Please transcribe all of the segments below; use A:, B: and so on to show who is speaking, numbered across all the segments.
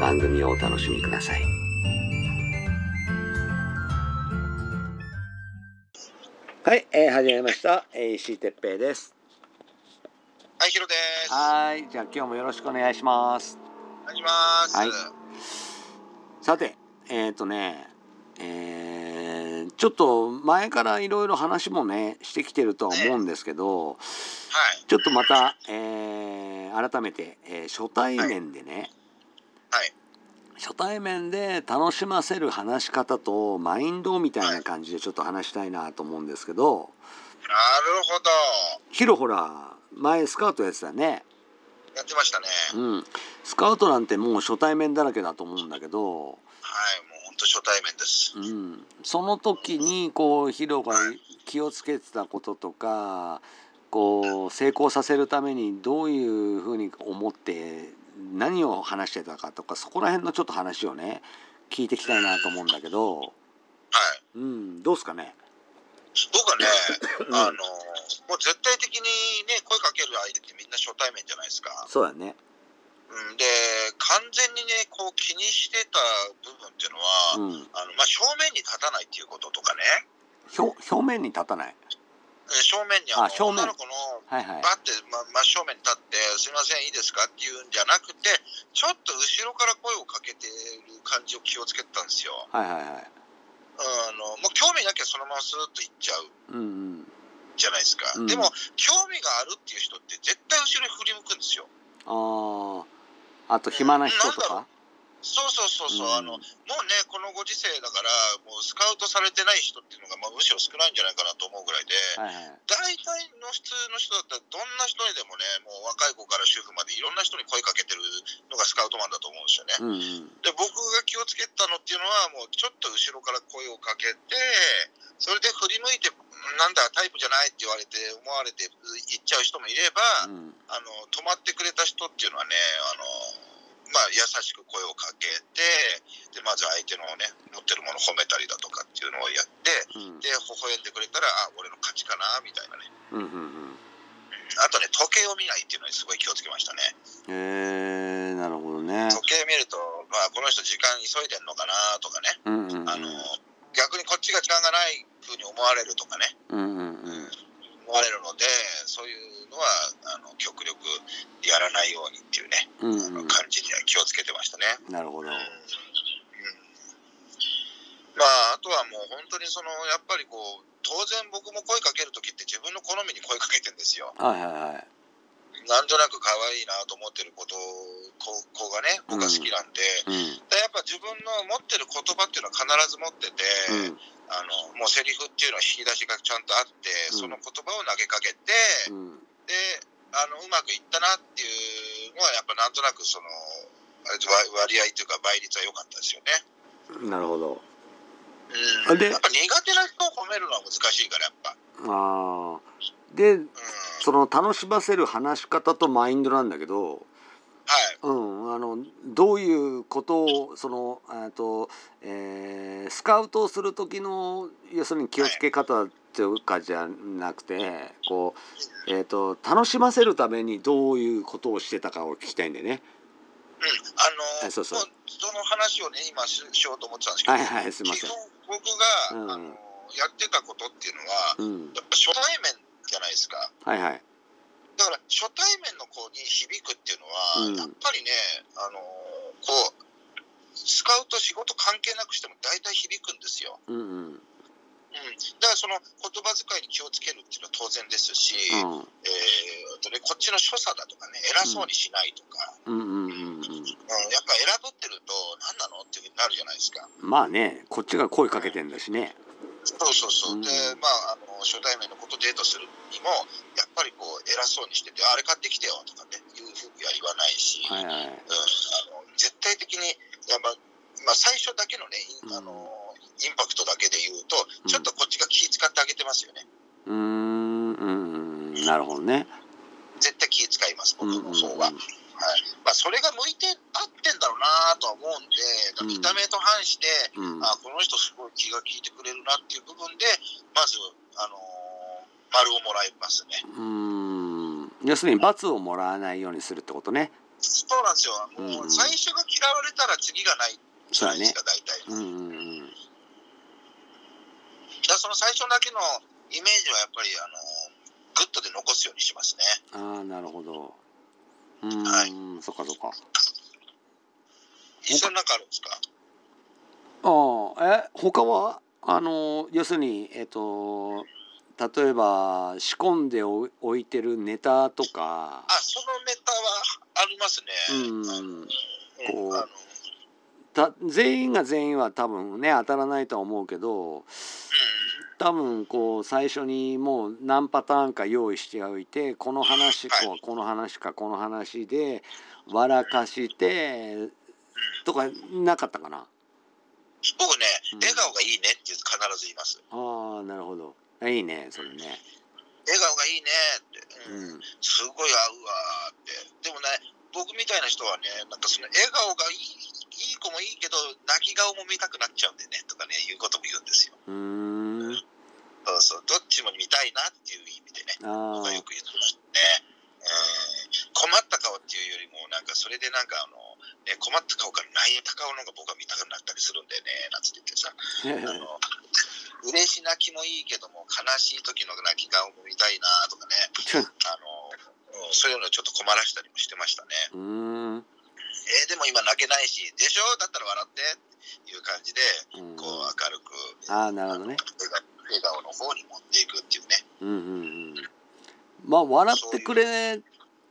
A: 番組をお楽しみください。はい、えー、始めました。えー、石井哲平です。
B: はい、ヒロです。お
A: はい、じゃあ今日もよろしくお願いします。
B: 願いします。
A: はい
B: は
A: さて、えっ、とね、えーちょっと前からいろいろ話もねしてきてるとは思うんですけど、
B: い。
A: ちょっとまた、えー改めて、えー初対面でね、
B: はい
A: 初対面で楽しませる話し方とマインドみたいな感じでちょっと話したいなと思うんですけど、
B: なるほど。
A: ヒロほら前スカウトやってたね、
B: やってましたね。は
A: う
B: い、
A: ん、スカウトなんてもう初対面だらけだと思うんだけど、
B: もう本当初対面です。
A: う
B: はい。
A: ん、その時にこうヒロが気をつけてたこととかこう成功させるためにどういうふうに思って何を話してたかとかそこら辺のちょっと話をね聞いていきたいなと思うんだけど、うん、どうですかね、
B: 僕はね、
A: うん
B: あの、もう絶対的にね、声かける相手ってみんな初対面じゃないですか。
A: そうだね、
B: うん、で、完全にね、こう気にしてた部分っていうの
A: うん、
B: は、あの、まあ、正面に立たないっていうこととかね。
A: 表表面に立たない
B: うん正面に
A: あ
B: あの
A: 正面
B: 女の子の
A: はいはい
B: バッて、ま、真正面に立って「すいませんいいですか?」っていうんじゃなくてちょっと後ろから声をかけてる感じを気をつけてたんですよ。
A: はいはいはい
B: あのもう興味なきゃそのままスーッと行っちゃ
A: う
B: う
A: んうん
B: じゃないですか、
A: うん
B: でも興味があるっていう人って絶対後ろに振り向くんですよ。
A: あああと暇な人とか
B: そうそうそうそう、あのもうねこのご時世だからもうスカウトされてない人っていうのが、まあ、むしろ少ないんじゃないかなと思うぐらいで、
A: うんはいはい
B: 大体の普通の人だったらどんな人にでもねもう若い子から主婦までいろんな人に声かけてるのがスカウトマンだと思うんですよ
A: うんう
B: ね。
A: ん
B: で僕が気をつけてたのっていうのはもうちょっと後ろから声をかけてそれで振り向いて「なんだタイプじゃない」って言われて思われて行っちゃう人もいれば、
A: うん
B: あの止まってくれた人っていうのはねあの、まあ、優しく声をかけてでまず相手のね持ってるもの褒めたりだとかっていうのをやって
A: うん
B: で微笑んでくれたら「あ俺の勝ちかな」みたいなね
A: うんうんうん
B: あとね時計を見ないっていうのにすごい気をつけましたね。
A: へえー、なるほどね。
B: 時計見ると、まあ、この人時間急いでんのかなとかね
A: うんうんうん
B: あの逆にこっちが時間がないふうに思われるとかね
A: うんうんうん。
B: 思われるのでそういうのはあの極力やらないようにっていうね、
A: うん
B: あ
A: う
B: の
A: ん。
B: 感じには気をつけてましたね。
A: なるほど
B: うん。まあ、あとはもう本当にそのやっぱりこう当然僕も声かける時って自分の好みに声かけてんですよ。
A: はいはいはい。
B: なんとなく可愛いなと思ってること子子がね僕が好きなんで,、
A: う
B: でやっぱ自分の持ってる言葉っていうのは必ず持ってて、
A: んうん
B: あのもうセリフっていうのは引き出しがちゃんとあって、
A: うん
B: その言葉を投げかけて、
A: うん
B: であのうまくいったなっていうのはやっぱなんとなくそのあれ割割合というか倍率は良かったですよね。
A: うん。なるほど。
B: う
A: あ
B: ん、
A: で
B: やっぱ苦手な人を褒めるのは難しいからやっぱ。
A: ああ。で、
B: うん、
A: その楽しませる話し方とマインドなんだけど、
B: はい
A: うん、あのどういうことをそのえっと、えー、スカウトをする時の要するに気をつけ方っていうかじゃなくて、こうえっ、と楽しませるためにどういうことをしてたかを聞きたいんでね。
B: うん、あの
A: あそうそう
B: もその話をね今ししようと思ってたんですけど、
A: はいはい、すみま
B: 基
A: せん
B: 本。僕が、
A: うん
B: あのやってたことっていうのは
A: うん、
B: やっぱ初対面じゃないですか。
A: はいはい。
B: だから初対面の子に響くっていうのは、
A: うん
B: やっぱりねあのこうスカウト仕事関係なくしても大体響くんですよ。
A: うんうん
B: うん、だからその言葉遣いに気をつけるっていうのは当然ですし、
A: うん
B: えーあとね、こっちの所作だとかね偉そうにしないとか、
A: うんうんうんうん
B: うんやっぱ選ぶってると何なのっていうふうになるじゃないですか。
A: まあねこっちが声かけてんだしね
B: そうそうそう、
A: うん
B: でまああの初対面の子とデートするにもやっぱりこう偉そうにしてて「あれ買ってきてよ」とかねいうふうには言わないし、
A: はいはい
B: うん、あの絶対的にやっぱ、まあ、最初だけのねインあの、
A: う
B: インパクトだけで言うと
A: うん
B: ちょっとこっちが気使ってあげてますよね
A: うーんうんうんなるほどね
B: 絶対気使います
A: う
B: 僕
A: んうんう
B: の
A: ん
B: 方は、まあ、それが向いて合ってんだろうなとは思うんでだから見た目と反して、
A: うん
B: あこの人すごい気が利いてくれるなっていう部分でまずあのー丸をもらいますね
A: うーん要するに罰をもらわないようにするってことね
B: そうなんですよ。
A: うんう
B: も
A: ん
B: う最初が嫌われたら次がないじ
A: そう
B: ゃ
A: だ
B: な
A: ね
B: いですか、大体。
A: うんうん
B: だ
A: うん
B: からその最初だけのイメージはやっぱり、あの、グッドで残すようにしますね。
A: ああなるほどうーん、そっかそっか
B: 一緒になんかあるんですか
A: ああえ他はあの要するにえっ、と例えば仕込んでお置いてるネタとか
B: あ、そのネタはありますね。
A: うん
B: あのうん
A: こう
B: あの
A: た全員が全員は多分ね当たらないとは思うけど多分こう最初にもう何パターンか用意しておいてこの話か
B: はい
A: この話かこの話で笑かしてとかなかったかな
B: 僕ね、
A: うん
B: 笑顔がいいねって必ず言います。
A: ああなるほどいいねそれね
B: 笑顔がいいねって。うん
A: うん
B: すごい合うわーって。でもね、僕みたいな人はね、なんかその笑顔がいいいい子もいいけど、泣き顔も見たくなっちゃうんでねとかね、いうことも言うんですよ。
A: うーん
B: そうそう、どっちも見たいなっていう意味でね、
A: あ
B: 僕は
A: ー
B: よく言ってますね。うん困った顔っていうよりも、なんかそれでなんかあの、ね、困った顔から泣いた顔の方が僕は見たくなったりするんだよね、なんつって言ってさ、あの嬉し泣きもいいけども、悲しい時の泣き顔も見たいなとかね、あの、うんそういうのちょっと困らしたりもしてましたね。
A: うーんうん
B: えーでも今泣けないし、でしょだったら笑ってっていう感じで、こう明るく、
A: ああなるほどね
B: 笑顔の方に持っていくっていうね。
A: うんうんうんまあ笑ってくれ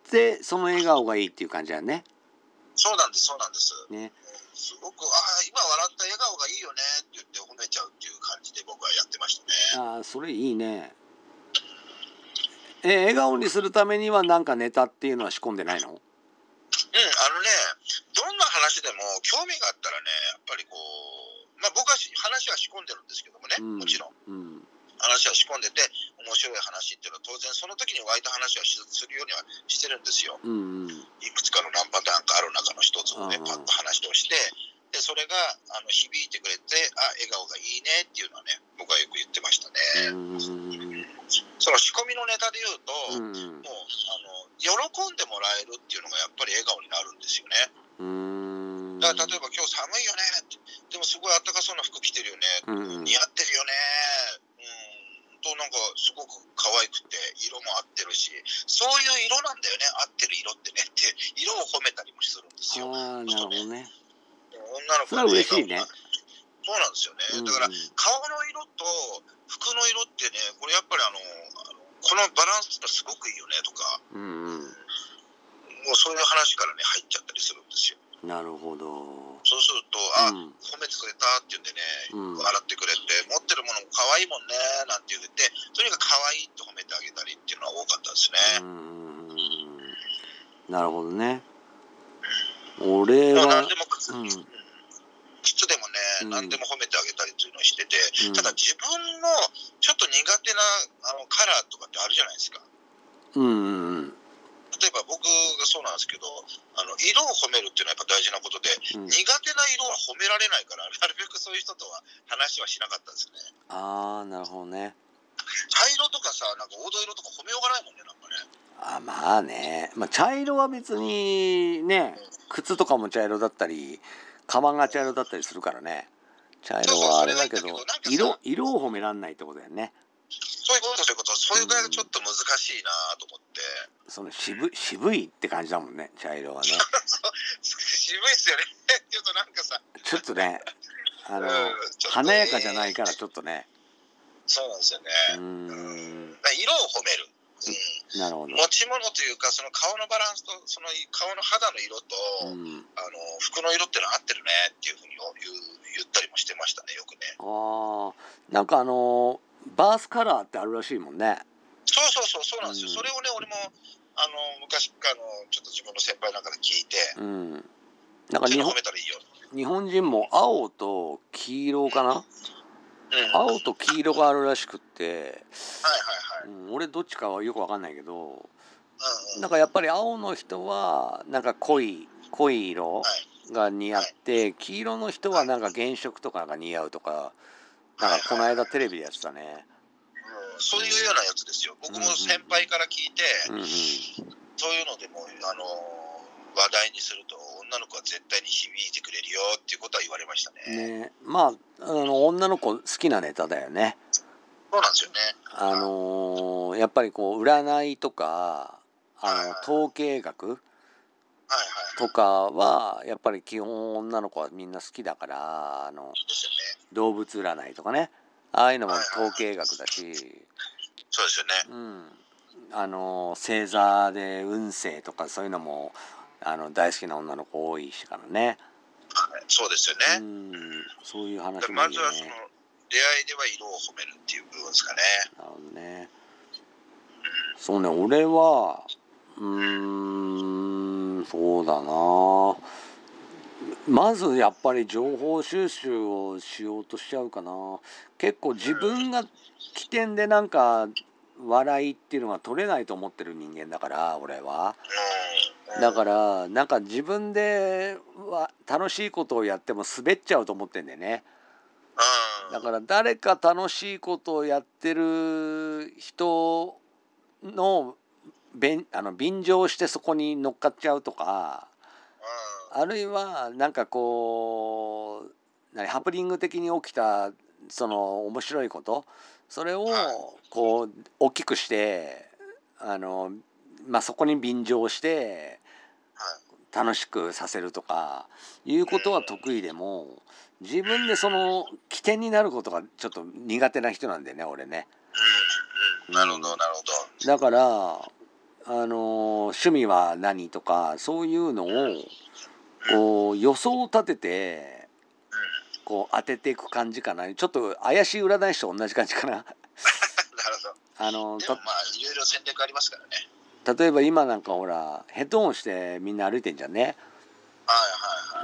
A: てその笑顔がいいっていう感じだね
B: そうなんです、そうなんです。
A: ね
B: すごく、ああ、今笑った笑顔がいいよねって言って褒めちゃうっていう感じで僕はやってましたね。
A: ああそれいいねえ笑顔にするためにはなんかネタっていうのは仕込んでないの
B: うん、あのね、どんな話でも興味があったらね、やっぱりこう、まあ僕はし話は仕込んでるんですけどもね、
A: うん
B: もちろん。
A: うん
B: 話は仕込んでて、面白い話っていうのは当然その時に湧いた話はしするようにはしてるんですよ。
A: うんうん
B: いくつかの何パターンかある中の一つをね
A: うんうん
B: パッと話をしてでそれがあの響いてくれてあ笑顔がいいねっていうのはね僕はよく言ってました
A: う
B: ね、
A: んうん
B: その仕込みのネタで
A: う
B: 言うと、
A: んうん
B: もうあの喜んでもらえるっていうのがやっぱり笑顔になるんですよね
A: うーん
B: だから例えば今日寒いよねってでもすごい暖かそうな服着てるよね
A: うんうん
B: 似合ってるよねうんとなんかすごく可愛くて色も合ってるしそういう色なんだよね合ってる色ってねって色を褒めたりもするんですよ
A: ああなるほどね
B: 女の子
A: それは
B: の笑
A: 嬉し
B: 顔
A: いね
B: がそうなんですよ
A: う
B: ね。
A: ん
B: だから顔の色と服の色ってね、これやっぱりあの、あのこのバランスがすごくいいよねとか、
A: うん
B: もうそういう話からね、入っちゃったりするんですよ。
A: うんなるほど
B: そうすると、あ、
A: うん
B: 褒めてくれたって言うんでね、
A: うん
B: 笑ってくれて、持ってるものも可愛いもんね、なんて言って、とにかく可愛いって褒めてあげたりっていうのは多かったです
A: う
B: ね。
A: んうんうんうんなるほどね俺
B: もう
A: は
B: 何でも、
A: うん
B: うん靴でも
A: うん
B: ね、何でも褒めてあげたりっていうのをしてて、
A: うん
B: ただ自分のちょっと苦手なあのカラーとかってあるじゃないですか。
A: うんうんうん
B: 例えば僕がそうなんですけど、あの色を褒めるっていうのはやっぱ大事なことで、
A: うん
B: 苦手な色は褒められないから、なるべくそういう人とは話はしなかったですね。
A: ああなるほどね
B: 茶色とかさ、なんか黄土色とか褒めようがないもんね、なんかね。
A: あまあね、まあ、茶色は別にね靴とかも茶色だったりカバンが茶色だったりするからね茶色はあれだけど
B: そうそうそれはいいんだけどな
A: 色
B: んかさ
A: 色を褒めらんないってことだよね
B: そういうこと、そういうこと、そういうぐらいがちょっと難しいなと思って、
A: その渋渋いって感じだもんね茶色はね
B: 渋渋いっすよね ちょっとなんかさ
A: ちょっとねあの
B: うんちょっと
A: 華やかじゃないからちょっとね
B: そうなんですよね、
A: うーん
B: だから色を褒める、
A: なるほ
B: うん
A: ど
B: 持ち物というかその顔のバランスとその顔の肌の色と、
A: うん
B: あの服の色ってのは合ってるねっていうふうに言う言ったりもしてましたねよくね
A: あーなんかあのバースカラーってあるらしいもんね
B: そうそうそうそうなんですよ、
A: うん
B: それをね俺もあの昔あのちょっと自分の先輩なんかで聞いて
A: うんなんか
B: そ
A: 日
B: れ
A: 本
B: 褒めたらいいよ、
A: 日本人も青と黄色かな
B: うん、はいはい
A: 青と黄色があるらしくって、
B: はい
A: うん、俺どっちかはよくわかんないけど
B: うんうん
A: なんかやっぱり青の人はなんか濃い濃い色
B: はい
A: が似合って黄色の人はなんか原色とかが似合うとかなんかこの間テレビでやってたね
B: うんそういうようなやつですよ僕も先輩から聞いて、
A: うんうん
B: そういうのでもあの話題にすると女の子は絶対に響いてくれるよっていうことは言われましたね
A: ねまああの女の子好きなネタだよね
B: そうなんですよね
A: あのーやっぱりこう占いとかあの統計学
B: はいはい
A: とかはやっぱり基本女の子はみんな好きだからあの
B: ですよね
A: 動物占いとかねああいうのも統計学だし、
B: そうですよね
A: うん、あの星座で運勢とかそういうのもあの大好きな女の子多いしからね、
B: はいそうですよね、
A: うん、そういう話も
B: ま
A: いい
B: ず
A: よ
B: はそ
A: ね
B: の。出会いでは色を褒めるっていう部分ですかね。
A: なるほどねそうね俺はうーんそうだなまずやっぱり情報収集をしようとしちゃうかな結構自分が起点でなんか笑いっていうのが取れないと思ってる人間だから俺は
B: うん
A: だからなんか自分では楽しいことをやっても滑っちゃうと思ってんだよね
B: うん、
A: だから誰か楽しいことをやってる人の便あの便乗してそこに乗っかっちゃうとか
B: う
A: あるいはなんかこう何ハプニング的に起きたその面白いことそれをこう大きくしてあの、まあ、そこに便乗して楽しくさせるとかいうことは得意でも自分でその起点になることがちょっと苦手な人なんだよね俺ね。
B: んうん、なるほど、なるほど。
A: だからあの趣味は何とかそういうのをこう予想を立てて こう当てていく感じかなちょっと怪しい占い師と同じ感じかな
B: なるほ
A: あの
B: ど。で
A: た
B: もまあ、いろいろ戦略ありますからね。
A: 例えば今なんかほらヘッドホンしてみんな歩いてんじゃんね
B: は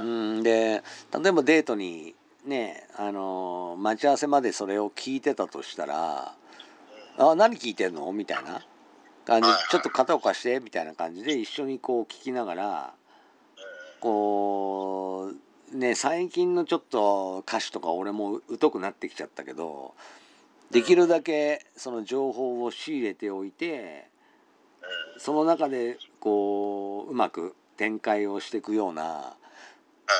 B: いはいはい。
A: うんで例えばデートにねあの待ち合わせまでそれを聞いてたとしたら「あ何聞いてんの?」みたいな感じ
B: はいはい
A: ちょっと肩を貸してみたいな感じで一緒にこう聞きながらこうね最近のちょっと歌手とか俺も疎くなってきちゃったけどできるだけその情報を仕入れておいてその中でこううまく展開をしていくような
B: はい。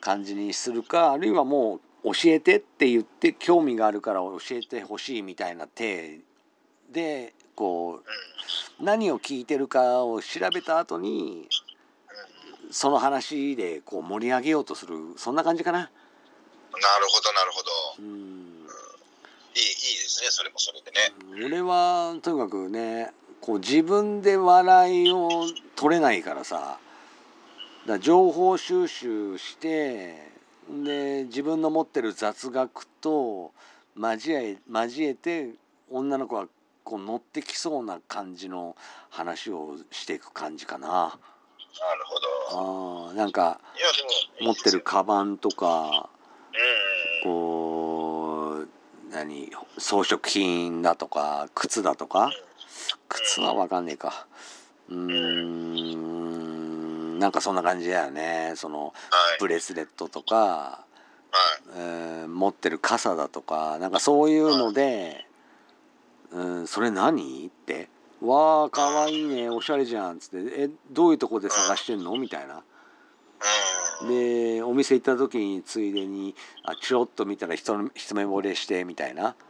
A: 感じにするかあるいはもう教えてって言って興味があるから教えてほしいみたいな体でこう何を聞いてるかを調べた後にその話でこう盛り上げようとするそんな感じかな。
B: うん、なるほど、なるほど。
A: うん
B: いい、いいですね。それもそれでね。
A: 俺はとにかくねこう自分で笑いを取れないからさだから情報収集してで自分の持ってる雑学と交え交えて女の子がこう乗ってきそうな感じの話をしていく感じかな。
B: なるほど。
A: あーなんか
B: いや、でもい
A: 持っ
B: いで
A: て
B: す
A: る
B: よ。
A: カバンとか
B: うん。
A: こう何装飾品だとか靴だとか靴はわかんねえかうーんなんかそんな感じだよねその
B: はい。
A: ブレスレットとか、
B: はい。
A: えー持ってる傘だとかなんかそういうので「うんそれ何?」って「わあかわいいねおしゃれじゃん」っつって「えどういうとこで探してんの?」みたいな。
B: うん。
A: でお店行った時についでにあちょろっと見たら一目一目惚れしてみたいな「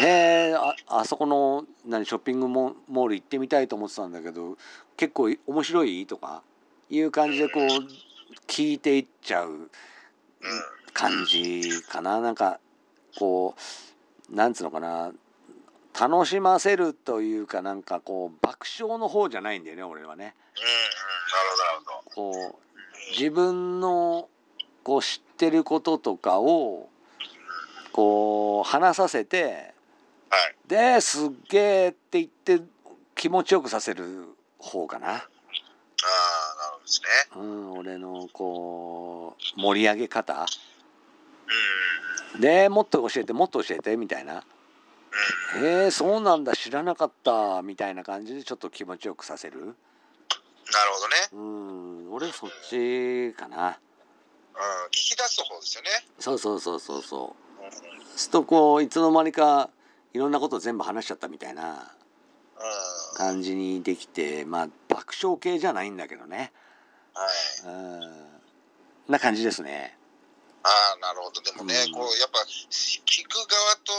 B: うん。
A: へえああそこの何ショッピングモモール行ってみたいと思ってたんだけど結構面白い?」とかいう感じでこう聞いていっちゃう感じかななんかこうなんつうのかな楽しませるというかなんかこう爆笑の方じゃないんだよね俺はね。
B: うん、なるほど、なるほど。
A: こう自分のこう知ってることとかをこう話させて
B: はい。
A: ですっげえって言って気持ちよくさせる方かな。
B: ああ、なるほどですね。
A: うん、俺のこう盛り上げ方
B: うん、
A: でもっと教えてもっと教えてみたいな「
B: うん、
A: へえそうなんだ知らなかった」みたいな感じでちょっと気持ちよくさせる
B: なるほどね。
A: うん俺そっちかな
B: うん、聞き出す方ですよね。
A: そうそうそうそうそ
B: うん、うん、
A: うするとこういつの間にかいろんなこと全部話しちゃったみたいな
B: は
A: 感じにできてまあ爆笑系じゃないんだけどね
B: い。
A: うんな感じですね
B: ああ、なるほど。でもね、
A: うん
B: こう、やっぱ、聞く側と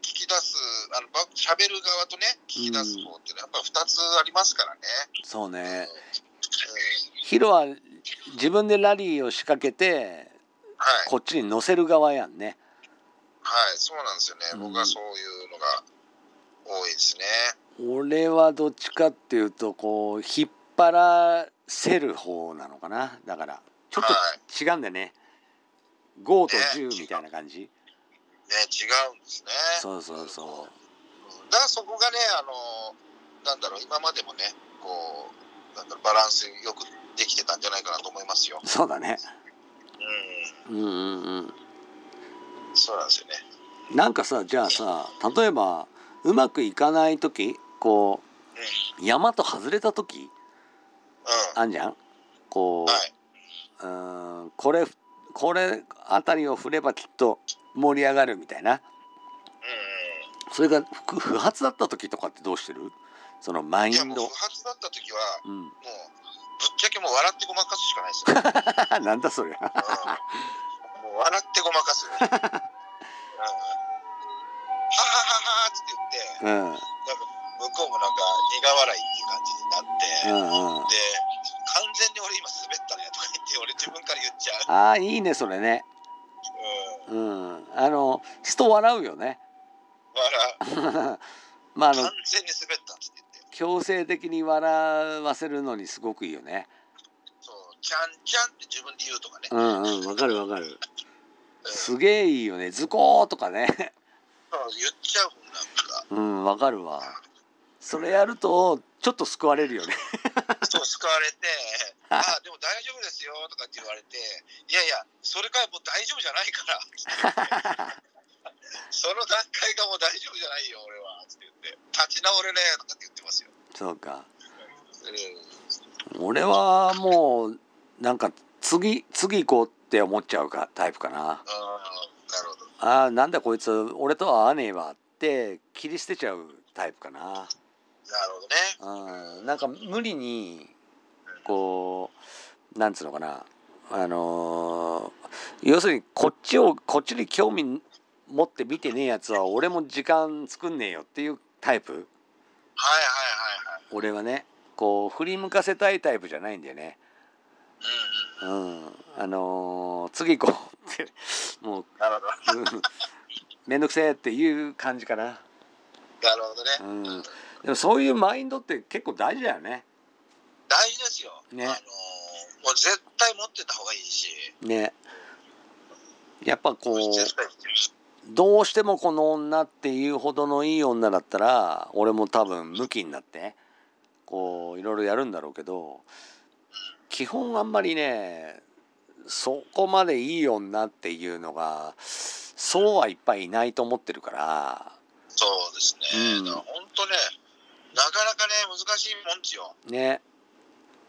B: 聞き出す、あの、ば喋る側とね、聞き出す方っていうのは、やっぱ二つありますからね。
A: そうね
B: うん
A: ヒロは自分でラリーを仕掛けて
B: はい。
A: こっちに乗せる側やんね
B: はい、そうなんですよね。
A: うん
B: 僕はそういうのが多いですね。
A: 俺はどっちかっていうとこう引っ張らせる方なのかなだからちょっ
B: は
A: と違うんだよね5と
B: ね
A: 10みたいな感じ
B: ね、違うんですね。
A: そうそうそ
B: うんだからそこがね、あの、なんだろう、今までもね、こう、なんだろう、バランスよくできてたんじゃないかなと思いますよ。
A: うそうだね
B: う
A: うんうんうん
B: ん、そうなんですよね。
A: なんかさじゃあさ例えばうまくいかない時こう山と外れた時
B: うん、
A: あんじゃんこう、
B: はい。
A: うーんこれこれあたりを振ればきっと盛り上がるみたいな
B: う
A: それが不不発だった時とかってどうしてるそのマ
B: んうん、
A: イ
B: いや、
A: ン
B: もう
A: ド
B: 不、発だった時は、
A: うん
B: もう、ぶっちゃけもう笑ってごまかすしかないですよ。
A: なん だそれゃ
B: うん もう笑ってごま かす。うんはははははって言って、
A: うんうんうん
B: なんか向こうもなんか苦笑いっていう感じになって、で、完全に俺今滑ったねとか言って、俺自分から言っちゃう。
A: ああいいねそれね
B: うん、
A: うんあの人笑うよね
B: 笑
A: まああ
B: う。
A: の
B: 完全に滑ったって言って。
A: 強制的に笑わせるのにすごくいいよね
B: そう、ちゃんちゃんって自分で言うとかね。
A: う
B: うん
A: んうんわかるわかる
B: そ
A: すげえいいよねズコーとかね
B: う言っちゃうもん、なん か。
A: うんわかるわそれやるとちょっと救われるよね
B: そう、救われて、 ああ、でも大丈夫ですよとかって言われて、いやいや、それからもう大丈夫じゃないから、 その段階がもう大丈夫じゃないよ、俺は、って言って、立ち直れねえとかって言ってますよ。
A: そうか
B: うん、
A: 俺はもうなんか次次行こうって思っちゃうかタイプかな
B: あーなるほど。
A: あーなんだこいつ俺とは合わねえわって切り捨てちゃうタイプかな
B: なるほどね。
A: うんなんか無理にこうなんつうのかなあのー要するにこっちをこっちに興味持って見てねえやつは俺も時間作んねえよっていうタイプ
B: はいはいはいはい。
A: 俺はねこう振り向かせたいタイプじゃないんだよね
B: うんうん。
A: うん、あのー次行こうってもう、
B: なるほど。
A: うん、めんどくせえっていう感じかな、
B: なるほどね。
A: うん、でもそういうマインドって結構大事だよね
B: 大事ですよ。
A: ね
B: あのーもう絶対持ってた方がいいし、
A: ねやっぱこ
B: 絶
A: う
B: 対必要
A: どうしてもこの女っていうほどのいい女だったら俺も多分ムキになってこういろいろやるんだろうけど基本あんまりねそこまでいい女っていうのがそうはいっぱいいないと思ってるから
B: そうですね。
A: うん
B: だから本当ね、なかなかね、難しいもんですよ。
A: ね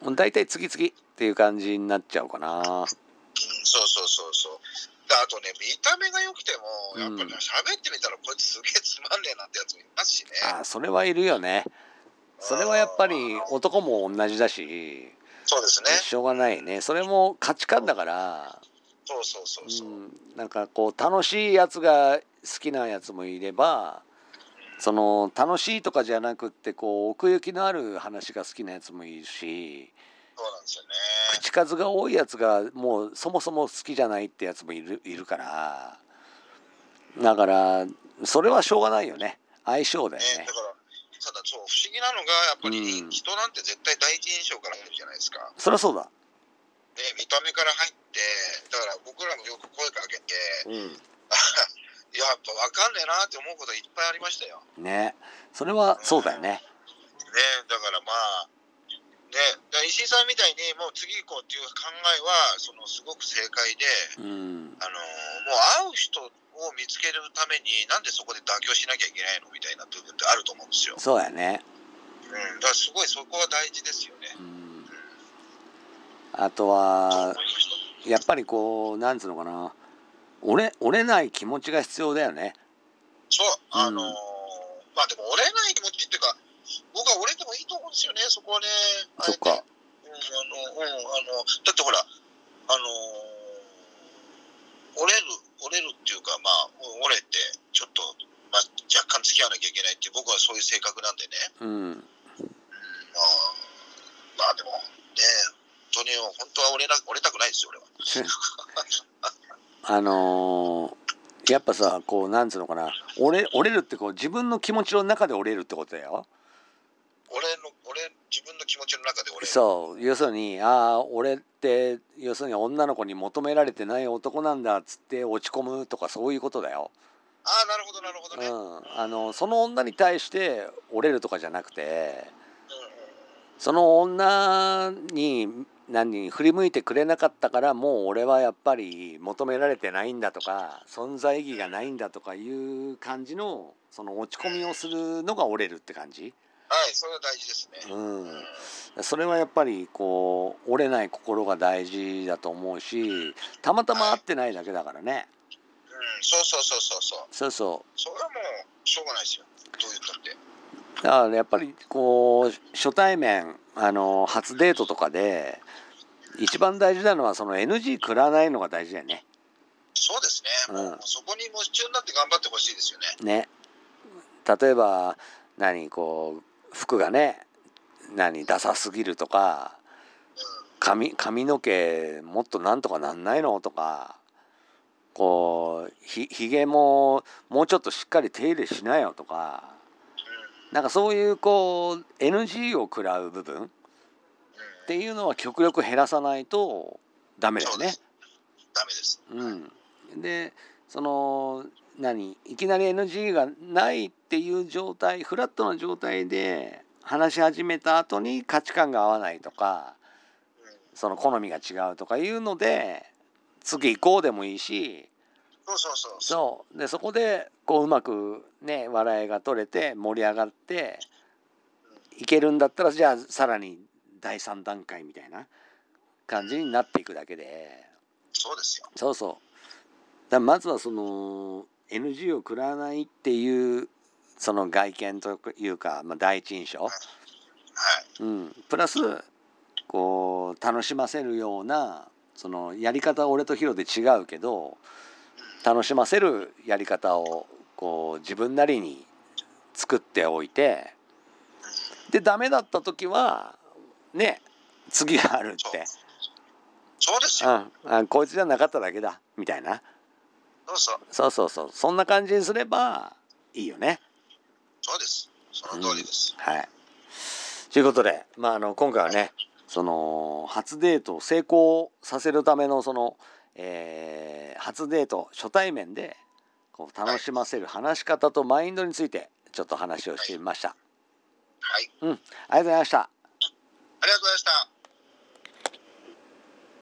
A: もう大体次々っていう感じになっちゃうかな
B: うん、そうそうそうそう。であとね、見た目が良くても、やっぱり
A: うん
B: ね喋ってみたら、こいつすげえつまんねえなってやつもいますしね。
A: あーそれはいるよねそれはやっぱり男も同じだし
B: そうですね。
A: しょうがないねそれも価値観だから、
B: そうそうそうそうう。うん、
A: ん、なんかこう楽しいやつが好きなやつもいればその楽しいとかじゃなくってこう奥行きのある話が好きなやつもいるし
B: そうなんですよね。
A: 口数が多いやつがもうそもそも好きじゃないってやつもいるいるからだからそれはしょうがないよね相性だよ
B: ね
A: ね
B: だからただそう不思議なのがやっぱり
A: うん
B: 人なんて絶対第一印象から入るじゃないですか、
A: そりゃそうだ
B: で見た目から入ってだから僕らもよく声かけて
A: う
B: やっぱ分かんねえなって思うこといっぱいありましたよ
A: んねそれはそうだよね
B: ねだからまあねだから石井さんみたいにもう次行こうっていう考えはそのすごく正解
A: う
B: で
A: ん
B: あのーもう会う人を見つけるためになんでそこで妥協しなきゃいけないのみたいな部分ってあると思うんですよ、
A: そうやね
B: うん、だからすごいそこは大事ですよね
A: うんあと
B: と思
A: はい
B: ました
A: やっぱりこうなんつうのかな折れ折れない気持ちが必要だよね
B: そう、あのー
A: うん
B: まあでも折れない気持ちっていうか、僕は折れてもいいと思うんですよね、そこはね。
A: そっか
B: あえてうん、あの、うん、あの、だってほら、あのー折れる、折れるっていうか、まあ、折れて、ちょっと、まあ、若干付き合わなきゃいけないっていう、僕はそういう性格なんでね。
A: うん
B: まあ、まあでも、ね、本当に、本当は折れな、折れたくないですよ、俺は。
A: あのーやっぱさこうなんつうのかな折れ折れるってこう自分の気持ちの中で折れるってことだよ
B: 俺の、俺、自分の気持ちの中で折れる。
A: そう要するにああ俺って要するに女の子に求められてない男なんだっつって落ち込むとかそういうことだよ、
B: ああ、なるほど、なるほど
A: う
B: ね。うん、うん、うん。
A: ん、あのその女に対して折れるとかじゃなくて
B: う
A: その女に何振り向いてくれなかったからもう俺はやっぱり求められてないんだとか存在意義がないんだとかいう感じのその落ち込みをするのが折れるって感じ、
B: んはい、それは大事ですね。
A: うん
B: うん、
A: それはやっぱりこう折れない心が大事だと思うしたまたま会ってないだけだからね
B: そうそうそうそうそう。
A: そうそ
B: それはもうしょうがないですよ。どう言ったって。
A: うだからやっぱりこう初対面あの初デートとかで一番大事なのはその NG 食らわないのが大事だよね
B: そうですね。
A: うん
B: もうそこに夢中になって頑張ってほしいですよね。
A: ね例えば何こう服がね何ダサすぎるとか髪髪の毛もっとなんとかなんないのとかこうひひげももうちょっとしっかり手入れしなよとかなんかそういうこう NG を食らう部分っ
B: うん。うん
A: ていうのは極力減らさないとダメだよ
B: そう
A: ね
B: で。す。ダメです。
A: うん、でその何いきなり NG がないっていう状態フラットな状態で話し始めた後に価値観が合わないとか
B: うん
A: その好みが違うとかいうので次行こうでもいいし
B: そうそうそう。そう
A: そうでそこでこううまくね笑いが取れて盛り上がっていけるんだったらじゃあさらに第3段階みたいな感じになっていくだけで。
B: そうですよ。
A: そうそう。だからまずはその NG を食らわないっていうその外見というか、まあ、第一印象、
B: はい。
A: うん、プラスこう楽しませるようなそのやり方は俺とヒロで違うけど楽しませるやり方をこう自分なりに作っておいてでダメだった時はね次があるって、
B: そうです
A: うん
B: よ。、
A: あこいつじゃなかっただけだみたいな。
B: そうそう。
A: そうそうそうそんな感じにすればいいよね。
B: そうです。その通りです。
A: はい。ということで、まああの今回はね、その初デートを成功させるためのその、えー初デート初対面でこう楽しませる話し方とマインドについてちょっと話をしてみました。
B: はい。
A: ありがとうございました。
B: ありがとうございました。